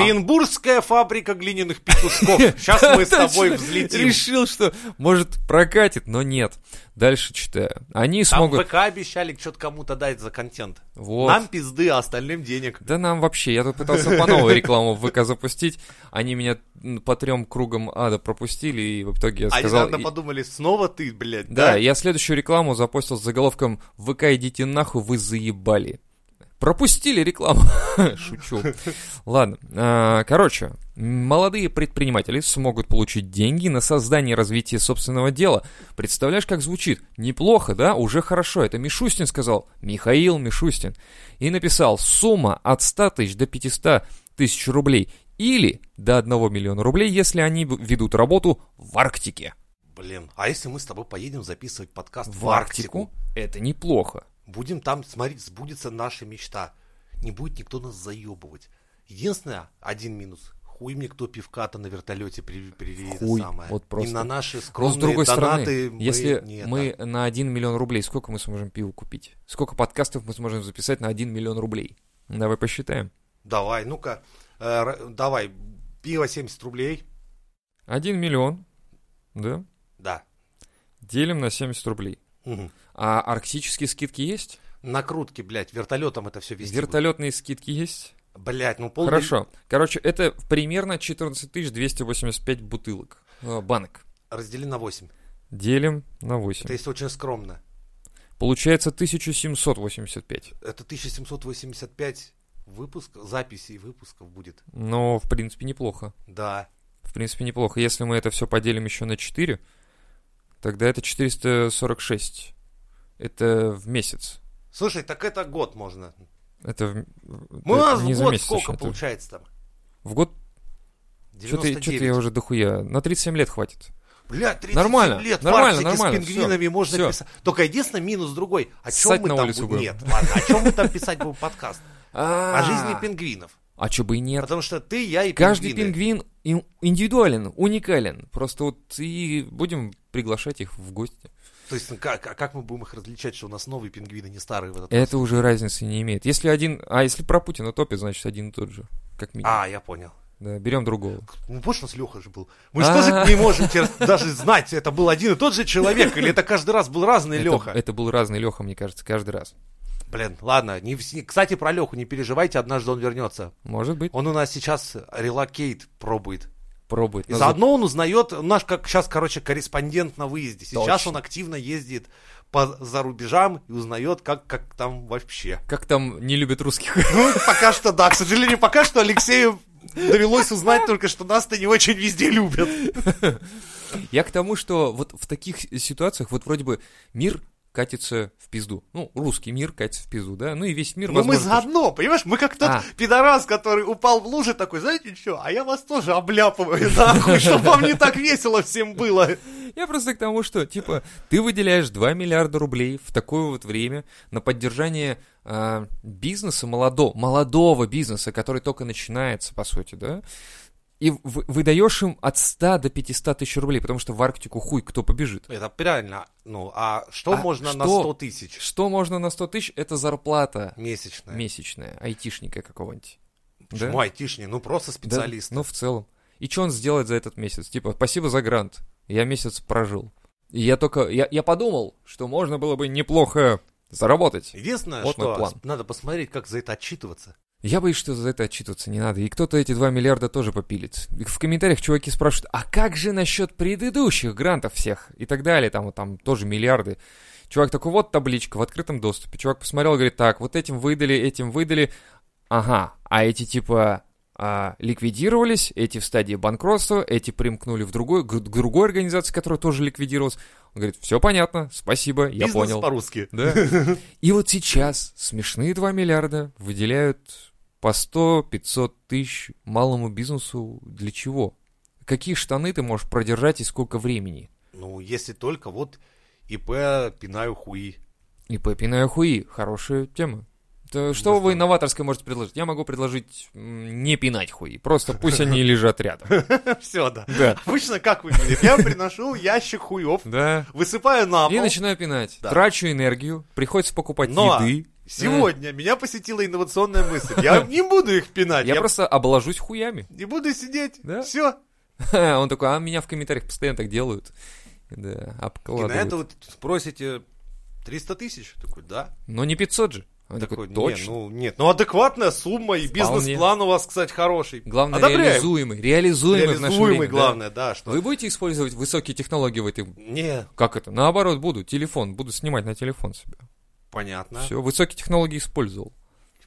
S1: Оренбургская фабрика глиняных
S2: [LAUGHS]
S1: петушков. Сейчас мы с тобой
S2: Точно.
S1: взлетим.
S2: Решил, что может прокатит, но нет. Дальше читаю. Они
S1: Там
S2: смогут...
S1: ВК обещали что-то кому-то дать за контент.
S2: Вот.
S1: Нам пизды, а остальным денег.
S2: Да нам вообще, я тут пытался по новой рекламу в ВК запустить, они меня м, по трем кругам ада пропустили, и в итоге я
S1: Они,
S2: сказал...
S1: наверное,
S2: и-
S1: А подумали, снова ты, блядь,
S2: Да,
S1: да?
S2: я следующую рекламу запостил с заголовком «ВК идите нахуй, вы заебали». Пропустили рекламу. [LAUGHS] Шучу. Ладно. а, Короче, молодые предприниматели смогут получить деньги на создание и развитие собственного дела. Представляешь, как звучит? Неплохо, да? Уже хорошо. Это Мишустин сказал. Михаил Мишустин. И написал «Сумма от 100 тысяч до 500 тысяч рублей» или до 1 миллиона рублей, если они в- ведут работу в Арктике.
S1: Блин, а если мы с тобой поедем записывать подкаст
S2: В Арктику? Это неплохо.
S1: Будем там смотреть, сбудется наша мечта. Не будет никто нас заебывать. Единственное, один минус. хуй мне кто пивка-то на вертолете при, при это
S2: Хуй,
S1: самое.
S2: вот просто.
S1: И на наши
S2: Но
S1: скромные
S2: с другой
S1: донаты
S2: стороны,
S1: мы
S2: если
S1: не
S2: мы
S1: это.
S2: на 1 миллион рублей, сколько мы сможем пива купить? Сколько подкастов мы сможем записать на 1 миллион рублей? Давай посчитаем.
S1: Давай, ну-ка, э, р- давай, пиво 70 рублей,
S2: 1 миллион, да,
S1: да.
S2: делим на 70 рублей.
S1: Мгм.
S2: А арктические скидки есть?
S1: Накрутки, блять, вертолетом это все везти.
S2: Вертолетные скидки есть?
S1: Блять, ну пол...
S2: Хорошо. Короче, это примерно 14 285 бутылок, э, банок.
S1: Раздели на 8.
S2: Делим на
S1: Это
S2: 8.
S1: если очень скромно.
S2: Получается 1785.
S1: Это 1785 выпусков, записей выпусков будет.
S2: Но, в принципе, неплохо.
S1: Да.
S2: В принципе, неплохо. Если мы это все поделим еще на 4, тогда это 446. Это в месяц.
S1: Слушай, так это год можно.
S2: Это в...
S1: Ну, у
S2: это
S1: нас в
S2: не за
S1: год
S2: месяц
S1: сколько
S2: еще, это
S1: получается там?
S2: В год? Что-то
S1: 99.
S2: я уже дохуя. На 37 лет хватит.
S1: Блядь, 37
S2: Нормально,
S1: лет
S2: нормально,
S1: парсики
S2: нормально,
S1: с пингвинами можно
S2: всё.
S1: писать. Только единственное, минус другой. О чем
S2: Ссать
S1: мы
S2: на
S1: там
S2: улицу
S1: будем?
S2: будем.
S1: Нет, ладно, о чем мы там писать будем подкаст? О А жизни пингвинов.
S2: А чё бы и нет?
S1: Потому что ты, я и
S2: Каждый
S1: пингвины.
S2: пингвин ин- индивидуален, уникален. Просто вот и будем приглашать их в гости.
S1: То есть, ну, как, а как мы будем их различать, что у нас новые пингвины, не старые? Вот это...
S2: Это уже разницы не имеет. Если один... А если про Путина топит, значит один и тот же. Как минимум.
S1: А, я понял.
S2: Да, берем другого.
S1: Ну, помнишь, у нас Леха же был. Мы же тоже
S2: А.
S1: не можем теперь даже знать, это был один и тот же человек, или это каждый раз был разный
S2: Это-
S1: Леха.
S2: Это был разный Леха, мне кажется, каждый раз.
S1: Блин, ладно, не вс- не- кстати, про Леху не переживайте, однажды он вернется.
S2: Может быть,
S1: Он у нас сейчас релокейт пробует.
S2: пробует.
S1: И
S2: Но
S1: заодно он узнает, он наш, как сейчас, короче, корреспондент на выезде. Сейчас он
S2: Точно.
S1: активно ездит по, за рубежам и узнает, как, как там вообще.
S2: за- Как там не любят русских? [LAUGHS]
S1: Ну, пока что да. К сожалению, пока что Алексею довелось узнать только, что нас-то не очень везде любят.
S2: Я к тому, что вот в таких ситуациях вот вроде бы мир катится в пизду. Ну, русский мир катится в пизду, да? Ну и весь мир,
S1: Но мы
S2: возможно... тоже.
S1: заодно, понимаешь? Мы как тот
S2: А.
S1: пидорас, который упал в лужи такой, знаете что, а я вас тоже обляпываю нахуй, чтобы вам не так весело всем было.
S2: Я просто к тому, что, типа, ты выделяешь 2 миллиарда рублей в такое вот время на поддержание а, бизнеса, молодо, молодого бизнеса, который только начинается, по сути, да? И в- выдаешь им от 100 до 500 тысяч рублей, потому что в Арктику хуй кто побежит.
S1: Это реально, ну, а что
S2: А
S1: можно на
S2: что?
S1: 100 тысяч
S2: Что можно на 100 тысяч? Это зарплата
S1: месячная?
S2: месячная, айтишника какого-нибудь.
S1: Почему айтишник? Ну, просто
S2: Да,
S1: специалист.
S2: ну, в целом. И что он сделает за этот месяц? Типа, спасибо за грант. Я месяц прожил. И я только... Я, я подумал, что можно было бы неплохо заработать.
S1: Единственное,
S2: Вот мой
S1: что
S2: план.
S1: надо посмотреть, как за это отчитываться.
S2: Я боюсь, что за это отчитываться не надо. И кто-то эти 2 миллиарда тоже попилит. И В комментариях чуваки спрашивают, а как же насчет предыдущих грантов всех? И так далее, там, вот там тоже миллиарды. Чувак такой, вот табличка в открытом доступе. Чувак посмотрел, говорит, так, вот этим выдали, этим выдали. Ага, а эти типа а, ликвидировались, эти в стадии банкротства, эти примкнули в другой, к другой организации, которая тоже ликвидировалась. Он говорит, все понятно, спасибо, я
S1: Бизнес
S2: понял.
S1: по-русски.
S2: Да. [LAUGHS] И вот сейчас смешные 2 миллиарда выделяют по 100-500 тысяч малому бизнесу для чего? Какие штаны ты можешь продержать и сколько времени?
S1: Ну, если только вот ипэ пинаю [LAUGHS] хуи.
S2: И Пеппина хуи, хорошая тема. То что
S1: Быстро.
S2: вы инноваторское можете предложить? Я могу предложить м, не пинать хуи, просто пусть они лежат рядом.
S1: Все, да.
S2: Да.
S1: Обычно как выглядит? Я приношу ящик хуев,
S2: Да.
S1: высыпаю на
S2: И
S1: пол.
S2: начинаю пинать.
S1: А Да.
S2: Трачу энергию, приходится покупать
S1: Но
S2: еды.
S1: Сегодня меня посетила инновационная мысль. Я не буду их пинать.
S2: Я
S1: Я
S2: просто обложусь хуями.
S1: не буду сидеть.
S2: Да.
S1: Все.
S2: [LAUGHS] Он такой, а меня в комментариях постоянно так делают.
S1: И на
S2: Да, а
S1: а это
S2: обкладывают.
S1: вот спросите 300 тысяч? Такой, да.
S2: Но не 500 же. Он
S1: Такой,
S2: такой,
S1: «Не,
S2: точно.
S1: ну, нет. Ну, адекватная сумма и бизнес-план у вас, кстати, хороший.
S2: Главное,
S1: Одобряем.
S2: реализуемый. Реализуемый в наше
S1: Реализуемый,
S2: время. да.
S1: главное, да. что...
S2: Вы будете использовать высокие технологии в этой...
S1: Не,
S2: Как это? Наоборот, буду. Телефон. Буду снимать на телефон себя.
S1: понятно. Типа,
S2: Все, высокие технологии использовал.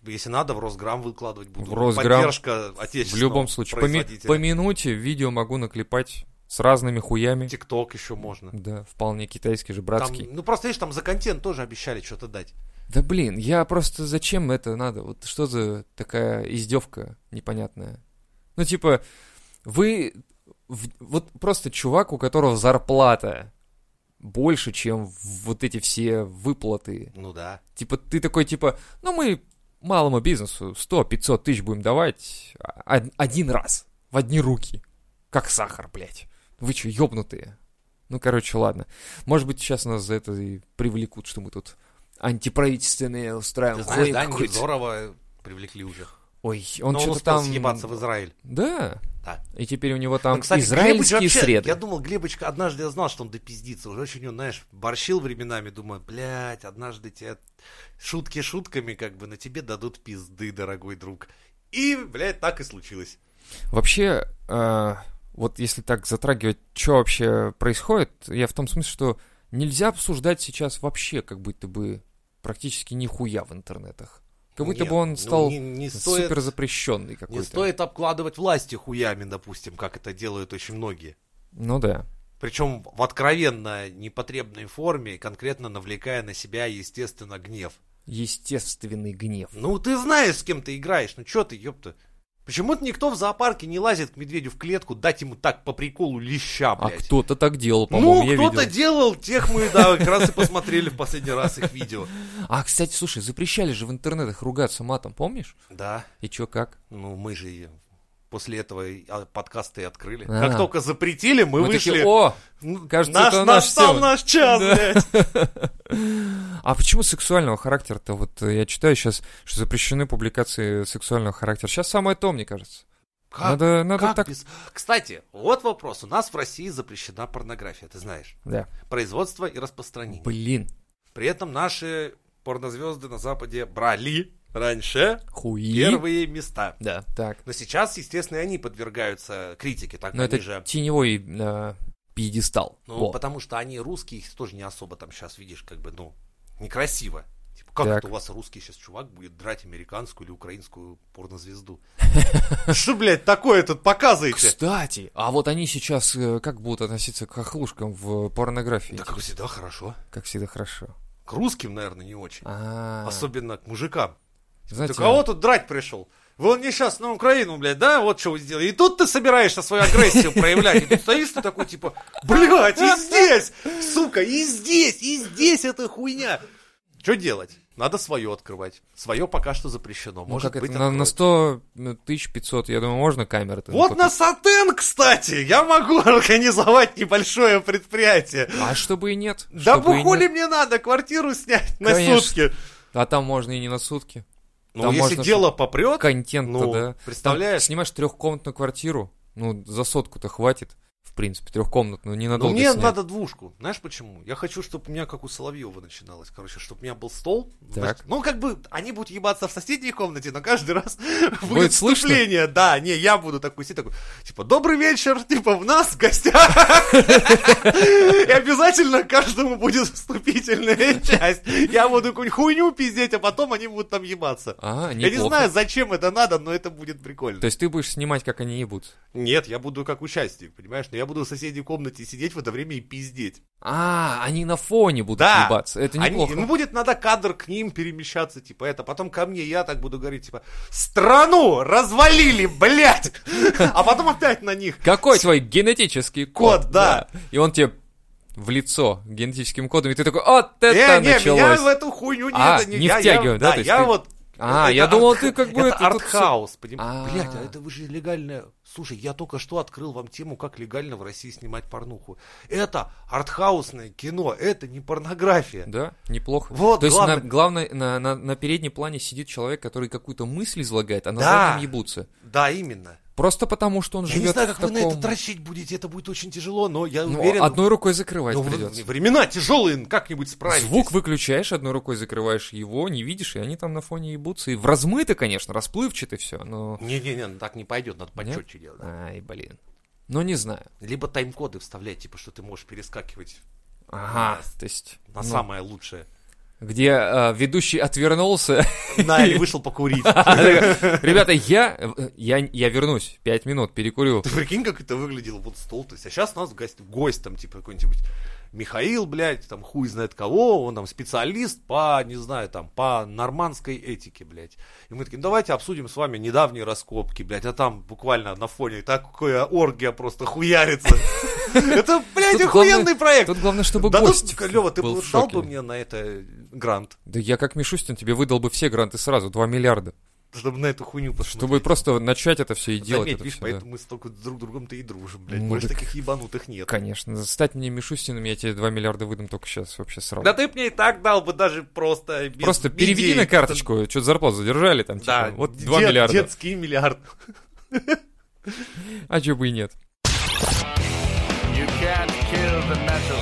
S1: Если надо, в Росграм выкладывать буду.
S2: В Росграм.
S1: Поддержка
S2: В
S1: отечественного
S2: любом случае. По, ми-
S1: производителя.
S2: по минуте видео могу наклепать с разными хуями.
S1: Тикток еще можно.
S2: Да, вполне китайский же,
S1: Там,
S2: братский.
S1: ну, просто, видишь, там за контент тоже обещали что-то дать.
S2: Да блин, я просто зачем это надо? Вот что за такая издевка непонятная? Ну, типа, вы... в- вот просто чувак, у которого зарплата больше, чем в- вот эти все выплаты.
S1: Ну, да.
S2: Типа, ты такой, типа, ну мы малому бизнесу 100-500 тысяч будем давать а- один раз. в одни руки. Как сахар, блядь. Вы что, ёбнутые? Ну, короче, ладно. Может быть, сейчас нас за это и привлекут, что мы тут антиправительственные устраиваем.
S1: Ты знаешь,
S2: хуй
S1: Даню
S2: какой-то.
S1: Невзорова привлекли уже.
S2: Ой, он
S1: Но он
S2: что-то
S1: успел
S2: там...
S1: съебаться в Израиль.
S2: Да.
S1: Да.
S2: И теперь у него там
S1: Ну, кстати, Глебыч
S2: израильские
S1: вообще-
S2: среды.
S1: Я думал, Глебочка, однажды я знал, что он допиздится. Уже очень он, знаешь, борщил временами, думаю, блядь, однажды тебе шутки шутками, как бы, на тебе дадут пизды, дорогой друг. И, блядь, так и случилось.
S2: Вообще, э, вот если так затрагивать, что вообще происходит, я в том смысле, что нельзя обсуждать сейчас вообще как будто бы практически нихуя в интернетах. Как будто
S1: Нет,
S2: бы он
S1: ну,
S2: стал
S1: не, не стоит,
S2: супер запрещенный
S1: не
S2: какой-то.
S1: стоит обкладывать власти хуями, допустим, как это делают очень многие.
S2: Ну да.
S1: Причем в откровенно непотребной форме, конкретно навлекая на себя, естественно, гнев.
S2: Естественный гнев.
S1: Ну, ты знаешь, с кем ты играешь. Ну, чё ты, ёпта. Почему-то никто в зоопарке не лазит к медведю в клетку, дать ему так по приколу леща,
S2: А
S1: блядь.
S2: кто-то так делал, по-моему,
S1: ну,
S2: я
S1: кто-то
S2: видел.
S1: делал, тех мы, да, как
S2: [LAUGHS]
S1: раз и посмотрели в последний раз их видео.
S2: А, кстати, слушай, запрещали же в интернетах ругаться матом, помнишь?
S1: Да,
S2: И чё, как?
S1: ну, мы же и после этого и, а, подкасты и открыли.
S2: А.
S1: Как только запретили, мы, вышли.
S2: такие, о!
S1: Ну,
S2: кажется,
S1: наш,
S2: это
S1: наш,
S2: наша
S1: сам
S2: тема.
S1: наш час,
S2: Да.
S1: блядь.
S2: А почему сексуального характера-то? Вот э, я читаю сейчас, что запрещены публикации сексуального характера. Сейчас самое то, мне кажется.
S1: Как-
S2: Надо, надо
S1: как
S2: так...
S1: без- Кстати, вот вопрос. У нас в России запрещена порнография, ты знаешь.
S2: Да.
S1: Производство и распространение.
S2: Блин,
S1: При этом наши порнозвезды на Западе брали раньше
S2: хуи.
S1: первые места.
S2: Да. Так.
S1: Но сейчас, естественно, и они подвергаются критике, так
S2: Но
S1: они
S2: это
S1: же.
S2: теневой э, пьедестал.
S1: Ну,
S2: Во.
S1: потому что они русские, их тоже не особо там сейчас видишь, как бы, ну, некрасиво. Типа, как
S2: Так.
S1: это у вас русский сейчас чувак будет драть американскую или украинскую порнозвезду? [LAUGHS] Что, блядь, такое тут показываете?
S2: Кстати, а вот они сейчас э, как будут относиться к хохлушкам в порнографии?
S1: Да, как всегда, хорошо.
S2: Как всегда хорошо.
S1: К русским, наверное, не очень.
S2: А,
S1: Особенно к мужикам.
S2: знаете,
S1: Ты кого а тут драть пришел? Вы он сейчас на Украину, блядь, да? Вот что вы сделали. И тут ты собираешься свою агрессию проявлять. И ты стоишь ты такой, типа, блядь, и здесь, сука, и здесь, и здесь эта хуйня. Что делать? Надо свое открывать. Свое пока что запрещено.
S2: ну,
S1: Может
S2: как
S1: быть,
S2: это, на, на
S1: откроют.
S2: 100 тысяч 500, я думаю, можно камеры-то?
S1: Вот на сатен, кстати, я могу [LAUGHS] организовать небольшое предприятие.
S2: А чтобы и нет.
S1: Да
S2: чтобы и
S1: бухули
S2: нет.
S1: мне надо квартиру снять на
S2: Конечно.
S1: сутки.
S2: А там можно и не на сутки.
S1: Ну,
S2: Там
S1: если
S2: можно
S1: дело попрет,
S2: Контент-то,
S1: ну,
S2: да. Там
S1: представляешь?
S2: снимаешь трехкомнатную квартиру, ну, за сотку-то хватит, в принципе, трехкомнатную,
S1: Ну,
S2: ненадолго
S1: мне
S2: снять.
S1: надо двушку. Знаешь почему? Я хочу, чтобы у меня, как у Соловьева, начиналось. Короче, чтобы у меня был стол.
S2: Так.
S1: Значит, ну, как бы, они будут ебаться в соседней комнате, но каждый раз [LAUGHS] будет
S2: Будет слышно?
S1: вступление. Да, не, я буду такой сидеть, такой, типа, добрый вечер, [LAUGHS] типа, в нас в гостях. [LAUGHS] И обязательно каждому будет вступительная [LAUGHS] часть. Я буду какую-нибудь хуйню пиздеть, а потом они будут там ебаться.
S2: А,
S1: Я не
S2: неплохо.
S1: знаю, зачем это надо, но это будет прикольно.
S2: То есть ты будешь снимать, как они ебут?
S1: Нет, я буду как участник, понимаешь? Но я буду в соседней комнате сидеть в это время и пиздеть.
S2: А, они на фоне будут
S1: Да.
S2: ебаться. Это
S1: Они-
S2: неплохо.
S1: ну, будет надо кадр к ним перемещаться, типа это. Потом ко мне я так буду говорить, типа, страну развалили, блядь! А потом опять на них.
S2: Какой твой генетический код?
S1: Код, да.
S2: И он тебе в лицо генетическим кодом, и ты такой, вот [LAUGHS] это
S1: Э, Не, не, меня
S2: началось.
S1: в эту хуйню не...
S2: А,
S1: это
S2: не
S1: я- я-
S2: втягиваю, да, то есть
S1: я
S2: ты-
S1: вот...
S2: А,
S1: это
S2: я
S1: арт-
S2: думал, ты как бы
S1: Это
S2: это тут всё-
S1: артхаус, понимаешь?
S2: А.
S1: Блядь, а это вы же легальное... Слушай, я только что открыл вам тему, как легально в России снимать порнуху. Это артхаусное кино, это не порнография.
S2: Да, неплохо.
S1: Вот,
S2: То есть, на-
S1: главное-
S2: главное, на, на, на переднем плане сидит человек, который какую-то мысль излагает, а на
S1: Да.
S2: заднем ебутся.
S1: Да, именно.
S2: Просто потому, что он
S1: Я
S2: живет
S1: не знаю, как
S2: в
S1: вы
S2: таком...
S1: на это тратить будете, это будет очень тяжело, но я
S2: Ну,
S1: уверен,
S2: одной рукой закрывать
S1: Ну,
S2: придется.
S1: в- времена тяжелые, как-нибудь справитесь.
S2: Звук выключаешь, одной рукой закрываешь его, не видишь, и они там на фоне ебутся. И в размыто, конечно, расплывчато все, но...
S1: Не-не-не, ну так не пойдет, надо
S2: Нет?
S1: почетче делать. да.
S2: Ай, блин. Ну, не знаю.
S1: Либо тайм-коды вставлять, типа, что ты можешь перескакивать
S2: Ага, то есть...
S1: на
S2: ну,
S1: самое лучшее.
S2: Где э, ведущий отвернулся. [LAUGHS]
S1: Да, или вышел покурить.
S2: Ребята, я, э, я, я вернусь. Пять минут, перекурю.
S1: Ты прикинь, как это выглядело, вот стол. То есть, а сейчас у нас гость, гость там, типа, какой-нибудь Михаил, блядь, там, хуй знает кого, он там специалист по, не знаю, там, по нормандской этике, блядь. И мы такие, «Ну, давайте обсудим с вами недавние раскопки, блядь, а там буквально на фоне такая оргия просто
S2: [LAUGHS]
S1: хуярится. Это, блядь,
S2: Тут главное-
S1: охуенный проект.
S2: Тут главное, чтобы
S1: Да
S2: гость
S1: тут, Лева, ты
S2: был
S1: бы
S2: в
S1: дал
S2: шоке.
S1: бы мне на это грант. Ну,
S2: Да я как Мишустин тебе выдал бы все гранты сразу, 2 миллиарда.
S1: чтобы на эту хуйню посмотреть.
S2: Чтобы просто начать это все и делать.
S1: Заметь,
S2: это
S1: видишь,
S2: всё, да.
S1: поэтому мы столько друг с другом-то и дружим, блядь.
S2: Ну,
S1: Больше
S2: так-
S1: таких ебанутых нет.
S2: Конечно. Стать мне Мишустиным, я тебе 2 миллиарда выдам только сейчас вообще сразу.
S1: Да ты б мне и так дал бы даже просто без
S2: Просто переведи
S1: идей.
S2: на карточку, что-то зарплату задержали там,
S1: Да,
S2: типа, вот
S1: де-
S2: 2 миллиарда.
S1: Детский миллиард.
S2: А чё бы и нет.
S3: You can't kill the metal.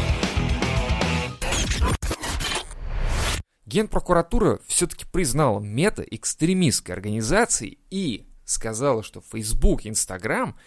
S2: Генпрокуратура все-таки признала мета экстремистской организацией и сказала, что Facebook, Instagram,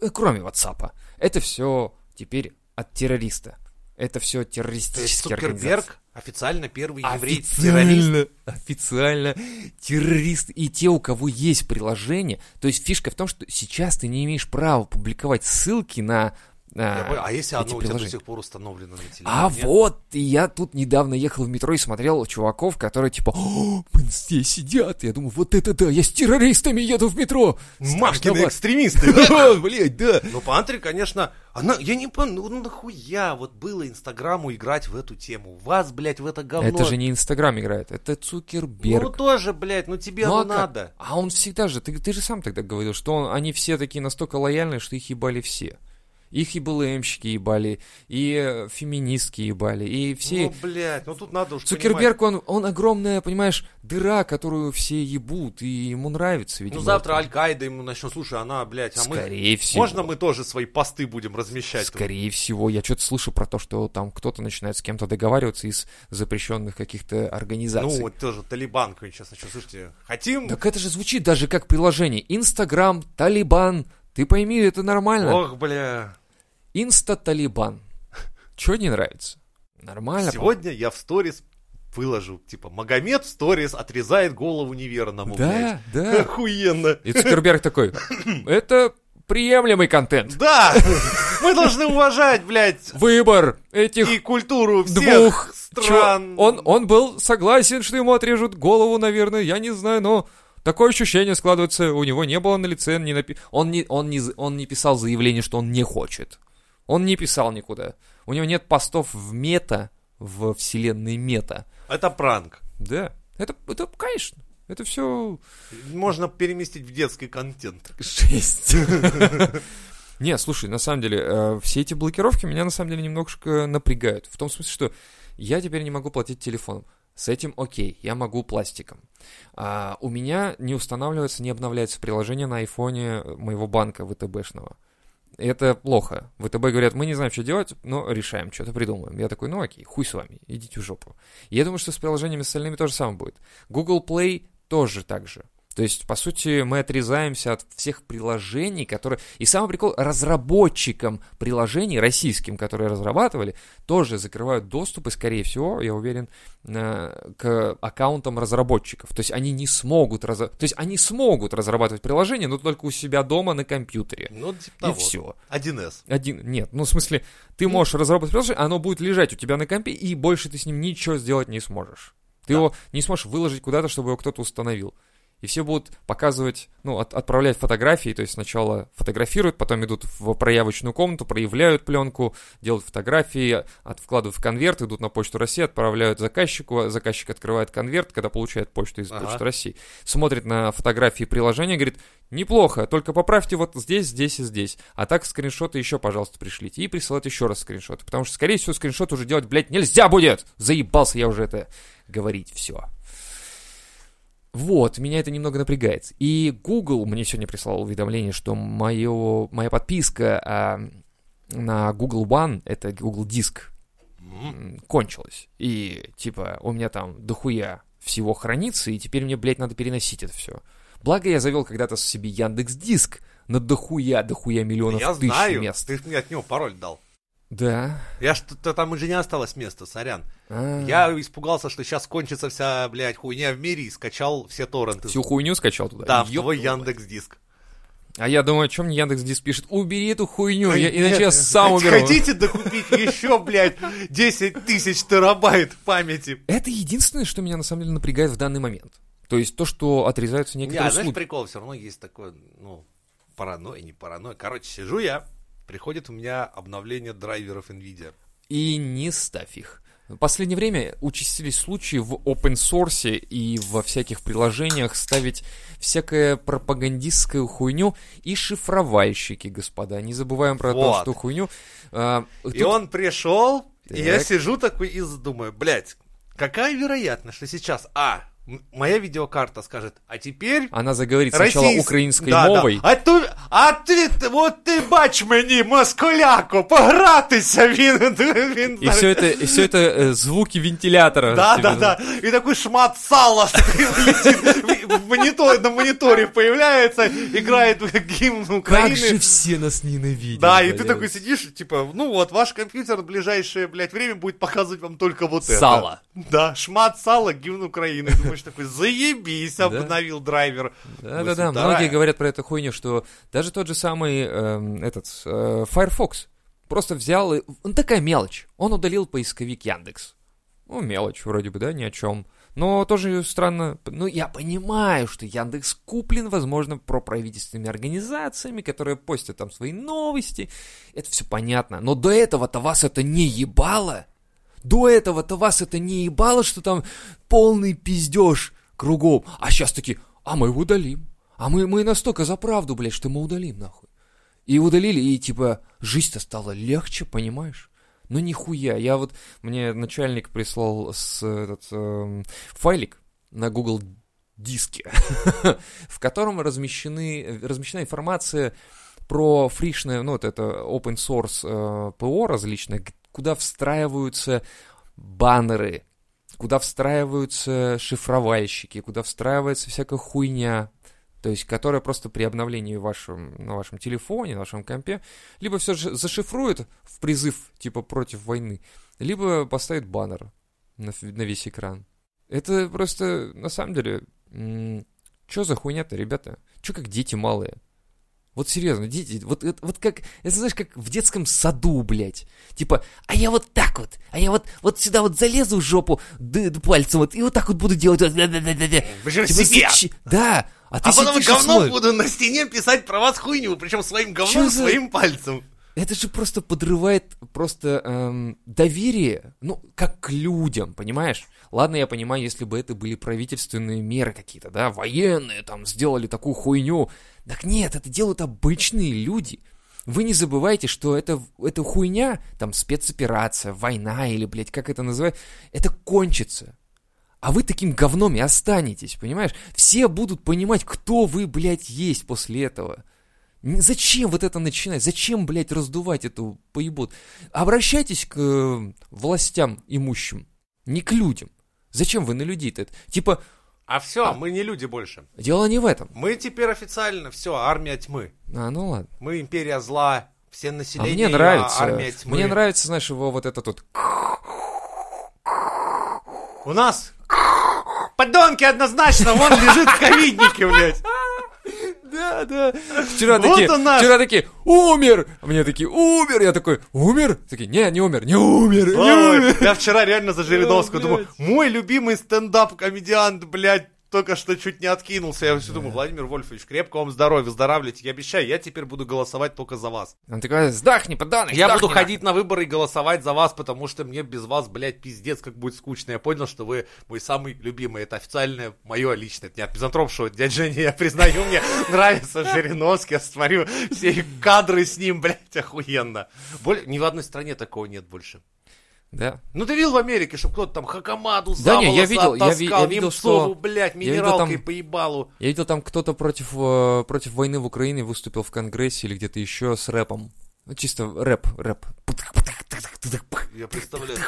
S2: э, кроме WhatsApp, это все теперь от террориста. Это
S1: То
S2: все
S1: есть
S2: террористические организации.
S1: Цукерберг официально первый еврей-террорист.
S2: Официально, официально террорист и те, у кого есть приложение. То есть фишка в том, что сейчас ты не имеешь права публиковать ссылки на... на
S1: Я понял, А если оно
S2: эти
S1: у тебя до
S2: приложения.
S1: сих пор установлено на телефоне?
S2: А
S1: нет?
S2: вот, и я тут недавно ехал в метро и смотрел чуваков, которые типа, «О, блин, здесь сидят. Я думаю, вот это да, я с террористами еду в метро.
S1: Машкины [LAUGHS]
S2: Страшновато. [LAUGHS]
S1: экстремисты.
S2: Ха, Блядь, да.
S1: Ну, Пантри, конечно, она, я не понял, ну нахуя вот было Инстаграму играть в эту тему? Вас, блядь, в это говно.
S2: Это же не Инстаграм играет, это
S1: Ну,
S2: Цукерберг.
S1: тоже, блядь, ну тебе
S2: Ну, а
S1: оно
S2: как?
S1: надо.
S2: А он всегда же, ты, ты же сам тогда говорил, что он- они все такие настолько лояльные, что их ебали все. Их и БЛМщики ебали, и э, феминистки ебали, и все...
S1: Ну, блядь, ну тут надо уж понимать.
S2: Цукерберг, он, он огромная, понимаешь, дыра, которую все ебут, и ему нравится, видимо.
S1: Ну, завтра
S2: это.
S1: Аль-Каида ему начнет, слушай, она, блядь, а мы...
S2: Скорее всего.
S1: Можно мы тоже свои посты будем размещать?
S2: Скорее всего, я что-то слышу про то, что там кто-то начинает с кем-то договариваться из запрещенных каких-то
S1: Ну,
S2: организаций.
S1: вот тоже Талибан какой-нибудь сейчас начнет. Слушайте, хотим...
S2: Так это же звучит даже как приложение. Инстаграм, Талибан. Ты пойми, это нормально.
S1: Ох, бля.
S2: Инста-Талибан. Чего не нравится? Нормально.
S1: Сегодня я в сторис выложу, типа, Магомед в сторис отрезает голову неверному,
S2: по-моему. Да,
S1: блядь. [LAUGHS]
S2: да.
S1: Охуенно.
S2: И Цукерберг такой, это приемлемый контент.
S1: Да! Мы должны уважать, блядь,
S2: Выбор этих
S1: и культуру всех
S2: двух
S1: стран.
S2: чё- Он, он был согласен, что ему отрежут голову, наверное, я не знаю, но такое ощущение складывается, у него не было на лице, не напи- он, не, он, не, з- он не писал заявление, что он не хочет. Он не писал никуда. У него нет постов в мета, в вселенной мета.
S1: Это пранк.
S2: Да, это, это конечно, это все
S1: Можно переместить в детский контент.
S2: Жесть. [LAUGHS] Не, слушай, на самом деле, э, все эти блокировки меня на самом деле немножко напрягают. В том смысле, что я теперь не могу платить телефоном. С этим окей, я могу пластиком. А, у меня не устанавливается, не обновляется приложение на айфоне моего банка ВТБшного. Это плохо. ВТБ говорят, мы не знаем, что делать, но решаем, что-то придумаем. Я такой, ну окей, хуй с вами, идите в жопу. Я думаю, что с приложениями остальными то же самое будет. Google Play тоже так же. То есть, по сути, мы отрезаемся от всех приложений, которые... И самый прикол, разработчикам приложений, российским, которые разрабатывали, тоже закрывают доступ, и, скорее всего, я уверен, э, к аккаунтам разработчиков. То есть, они не смогут... разра- То есть, они смогут разрабатывать приложение, но только у себя дома на компьютере.
S1: Ну, типа
S2: И
S1: того.
S2: все.
S1: 1С.
S2: Один, нет, ну в смысле, ты можешь разработать приложение, оно будет лежать у тебя на компе, и больше ты с ним ничего сделать не сможешь. Ты
S1: Да.
S2: его не сможешь выложить куда-то, чтобы его кто-то установил. И все будут показывать, ну, от- отправлять фотографии, то есть сначала фотографируют, потом идут в проявочную комнату, проявляют пленку, делают фотографии, от, вкладывают в конверт, идут на Почту России, отправляют заказчику, а заказчик открывает конверт, когда получает почту из
S1: Ага.
S2: Почты России, смотрит на фотографии приложения, говорит, неплохо, только поправьте вот здесь, здесь и здесь, а так скриншоты еще, пожалуйста, пришлите, и присылать еще раз скриншоты, потому что, скорее всего, скриншоты уже делать, блядь, нельзя будет! Заебался я уже это говорить, все. Вот, меня это немного напрягает. И Google мне сегодня прислал уведомление, что моё- моя подписка а, на Google One, это Google Диск,
S1: М.
S2: м, кончилась. И, типа, у меня там дохуя всего хранится, и теперь мне, блядь, надо переносить это все. Благо, я завел когда-то себе Яндекс Диск на дохуя, дохуя миллионов
S1: Я
S2: тысяч
S1: знаю,
S2: мест.
S1: ты мне от него пароль дал.
S2: Да.
S1: Я что-то там уже не осталось места, сорян.
S2: А.
S1: Я испугался, что сейчас кончится вся, блядь, хуйня в мире и скачал все торренты.
S2: всю хуйню скачал туда.
S1: Да, в
S2: Ёб
S1: твой
S2: твою мать.
S1: Яндекс Диск.
S2: А я думаю, о чем мне Яндекс Диск пишет? Убери эту хуйню, Ну, я-
S1: Нет,
S2: иначе я сам
S1: хоть
S2: уберу.
S1: Хотите докупить еще, блядь, 10 тысяч терабайт памяти?
S2: Это единственное, что меня на самом деле напрягает в данный момент. То есть то, что отрезаются
S1: Не,
S2: некоторые
S1: а знаешь,
S2: услуги.
S1: прикол, все равно есть такое, ну, паранойя, не паранойя. Короче, сижу я, приходит у меня обновление драйверов NVIDIA.
S2: И не ставь их. В последнее время участились случаи в open source и во всяких приложениях ставить всякое пропагандистскую хуйню и шифровальщики, господа. Не забываем про
S1: Вот.
S2: то, что хуйню. а,
S1: И
S2: тут-
S1: он пришел, и я
S2: Так.
S1: сижу такой и думаю, блядь, какая вероятность, что сейчас, а, м- моя видеокарта скажет, а теперь...
S2: Она заговорит сначала
S1: российс-
S2: украинской
S1: Да, да.
S2: мовой.
S1: А, ту- а ти, вот ти бач мені, москаляку, погратися, він... він
S2: И все это, и все это э, звуки вентилятора. Типа,
S1: Да,
S2: тебе
S1: да, да. И такой шмат сала летит в монитор, на мониторе появляется, играет гимн
S2: Как же
S1: Украины.
S2: все нас ненавидят.
S1: Да, и ты
S2: блядь.
S1: такой сидишь, типа, ну вот, ваш компьютер в ближайшее, блядь, время будет показывать вам только вот это.
S2: Сало.
S1: Да, шмат сала, гимн Украины. И Думаешь такой,
S2: [LAUGHS]
S1: заебись, обновил драйвер.
S2: Да, да, да.
S1: Восемь вторая.
S2: Многие говорят про эту хуйню, что даже тот же самый эм, этот э, Firefox просто взял и. Ну, такая мелочь. Он удалил поисковик Яндекс. Ну, мелочь, вроде бы, да, ни о чем. Но тоже странно. Ну, я понимаю, что Яндекс куплен, возможно, проправительственными организациями, которые постят там свои новости. Это все понятно. Но до этого-то вас это не ебало. До этого-то вас это не ебало, что там полный пиздеж кругом. А сейчас такие, а мы его удалим. А мы, мы настолько за правду, блядь, что мы удалим, нахуй. И удалили, и типа жизнь-то стала легче, понимаешь? Ну нихуя. Я вот, мне начальник прислал с, этот, эм, файлик на Google диске, [LAUGHS] в котором размещены, размещена информация про фришное, ну вот это open source э, ПО различное, г- куда встраиваются баннеры, куда встраиваются шифровальщики, куда встраивается всякая хуйня, то есть, которая просто при обновлении вашем, на вашем телефоне, на вашем компе, либо все же зашифрует в призыв, типа, против войны, либо поставит баннер на, ф- на весь экран. Это просто, на самом деле, что за хуйня-то, ребята? Че как дети малые? Вот серьезно, дети, вот, это- вот как, это знаешь, как в детском саду, блядь. Типа, а я вот так вот, а я вот, вот сюда вот залезу в жопу д- д- пальцем вот, и вот так вот буду делать. вот, да-да-да-да-да.
S1: Вы же
S2: Типа,
S1: себе.
S2: зачи- Да, а ты
S1: А потом
S2: сидишь и
S1: говном
S2: смотришь.
S1: буду на стене писать про вас хуйню, причем своим говном,
S2: Чё за-
S1: своим пальцем.
S2: Это же просто подрывает просто эм, доверие, ну, как к людям, понимаешь? Ладно, я понимаю, если бы это были правительственные меры какие-то, да, военные там сделали такую хуйню. Так нет, это делают обычные люди. Вы не забывайте, что это, эта хуйня, там, спецоперация, война или, блядь, как это называют, это кончится. А вы таким говном и останетесь, понимаешь? Все будут понимать, кто вы, блядь, есть после этого. Не- Зачем вот это начинать? Зачем, блядь, раздувать эту поебот? Обращайтесь к э, властям имущим, не к людям. Зачем вы на людей-то это? Типа,
S1: А все, мы не люди больше.
S2: дело не в этом.
S1: Мы теперь официально все, армия тьмы.
S2: А, ну ладно.
S1: Мы империя зла, все
S2: А
S1: население
S2: мне нравится.
S1: армия тьмы.
S2: Мне нравится, знаешь, его вот этот вот...
S1: У нас подонки однозначно, вон лежит в ковиднике, блядь.
S2: Да, да.
S1: [LAUGHS]
S2: Вчера
S1: Вот
S2: такие,
S1: он наш.
S2: вчера такие, умер! А Мне такие, умер! Я такой, умер? Такие, не, не умер, не умер, не умер.
S1: Ой, Я вчера реально за Жириновскую
S2: Ой,
S1: думал,
S2: блядь.
S1: мой любимый стендап-комедиант, блядь, только что чуть не откинулся. Я все думаю, Владимир Вольфович, крепкого вам здоровья, выздоравливайте. Я обещаю, я теперь буду голосовать только за вас.
S2: Он такой, сдохни, подонок,
S1: Я
S2: сдохни,
S1: буду
S2: нахуй».
S1: ходить на выборы и голосовать за вас, потому что мне без вас, блядь, пиздец, как будет скучно. Я понял, что вы мой самый любимый. Это официальное мое личное. Это не от мизантропшего дядя Женя, я признаю, мне нравится Жириновский. Я смотрю все их кадры с ним, блядь, охуенно. Более, ни в одной стране такого нет больше.
S2: Да.
S1: Ну ты видел в Америке, что кто-то там хакамаду за
S2: Да не, я
S1: волосы
S2: видел, я ви-
S1: оттаскал,
S2: я видел,
S1: Немцову,
S2: что-
S1: блядь,
S2: я видел
S1: минералкой
S2: там-
S1: по ебалу.
S2: Я видел, там кто-то против, э, против войны в Украине выступил в Конгрессе или где-то еще с рэпом. Ну, чисто рэп, рэп.
S1: Я представляю,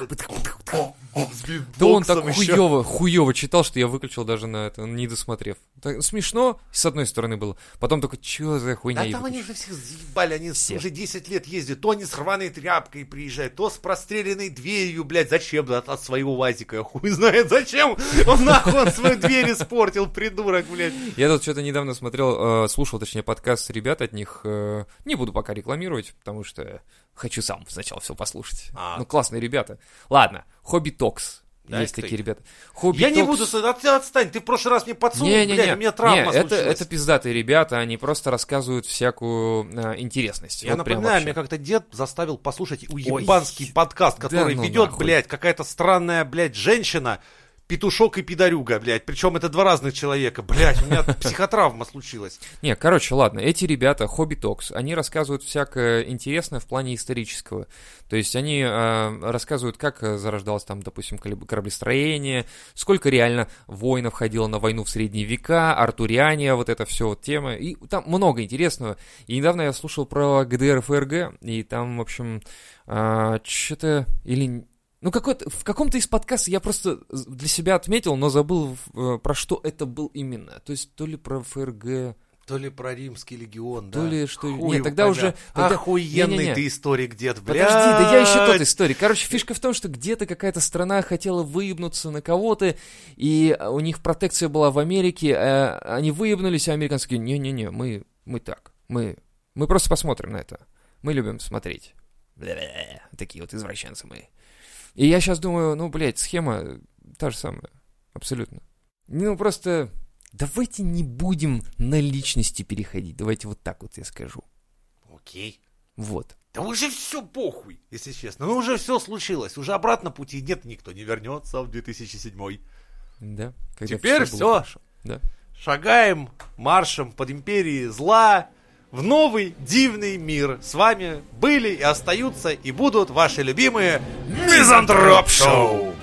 S2: Да он так хуёво, хуёво читал, что я выключил даже на это, не досмотрев. Так, смешно, с одной стороны, было. Потом только, чё за хуйня?
S1: Да
S2: я
S1: там они
S2: выключил».
S1: уже всех заебали, они
S2: Все.
S1: уже 10 лет ездят, то они с рваной тряпкой приезжают, то с простреленной дверью, блядь, зачем от, от своего УАЗика, я хуй знает зачем, он нахуй он свою дверь испортил, придурок, блядь.
S2: Я тут что-то недавно смотрел, э, слушал, точнее, подкаст ребят от них. э, не буду пока рекламировать, потому что хочу сам сначала все послушать.
S1: А.
S2: Ну, классные ребята. Ладно, Хобби Токс.
S1: Да,
S2: Есть
S1: кто-
S2: такие ребята. Хобби
S1: Я не
S2: Токс.
S1: буду, с- от- отстань, ты в прошлый раз мне подсунул,
S2: Не-не-не,
S1: блядь, у меня травма
S2: не, это,
S1: случилась.
S2: это пиздатые ребята, они просто рассказывают всякую э, интересность.
S1: Я
S2: Вот прям
S1: напоминаю,
S2: вообще.
S1: меня как-то дед заставил послушать уебанский подкаст, который
S2: ну
S1: ведет,
S2: нахуй.
S1: блядь, какая-то странная, блядь, женщина, петушок и пидорюга, блядь. Причем это два разных человека, блядь,
S2: [LAUGHS]
S1: у меня психотравма случилась.
S2: Не, короче, ладно, эти ребята, Хобби Токс, они рассказывают всякое интересное в плане исторического. То есть они э, рассказывают, как э, зарождалось там, допустим, колеб- кораблестроение, сколько реально воинов ходило на войну в средние века, артуриане, вот это все вот тема. И там много интересного. И недавно я слушал про ГДР и ФРГ, и там, в общем, что-то... Или... Ну, какой-то, в каком-то из подкастов я просто з- для себя отметил, но забыл, в- э, про что это был именно. То есть то ли про ФРГ,
S1: То ли про римский легион,
S2: То
S1: да.
S2: ли что-
S1: Хуй
S2: нет,
S1: его
S2: тогда
S1: поймёт.
S2: уже- тогда-
S1: Охуенный
S2: Не-не-не.
S1: ты историк, дед, блядь.
S2: Подожди, да я еще тот историк. Короче, фишка в том, что где-то какая-то страна хотела выебнуться на кого-то, и э, у них протекция была в Америке, э, они выебнулись, а американцы такие, не-не-не, мы, мы так, мы, мы просто посмотрим на это. Мы любим смотреть. Бля-бля-бля. Такие вот извращенцы мы. И я сейчас думаю, ну, блядь, схема та же самая. Абсолютно. Ну, просто давайте не будем на личности переходить. Давайте вот так вот я скажу.
S1: Окей.
S2: Вот.
S1: Да уже все похуй, если честно. Ну уже все случилось. Уже обратно пути нет, никто не вернется в 2007
S2: Да. Когда
S1: Теперь
S2: всё было
S1: все.
S2: Да.
S1: Шагаем маршем под империей зла в новый дивный мир. С вами были и остаются и будут ваши любимые Мизантроп Шоу.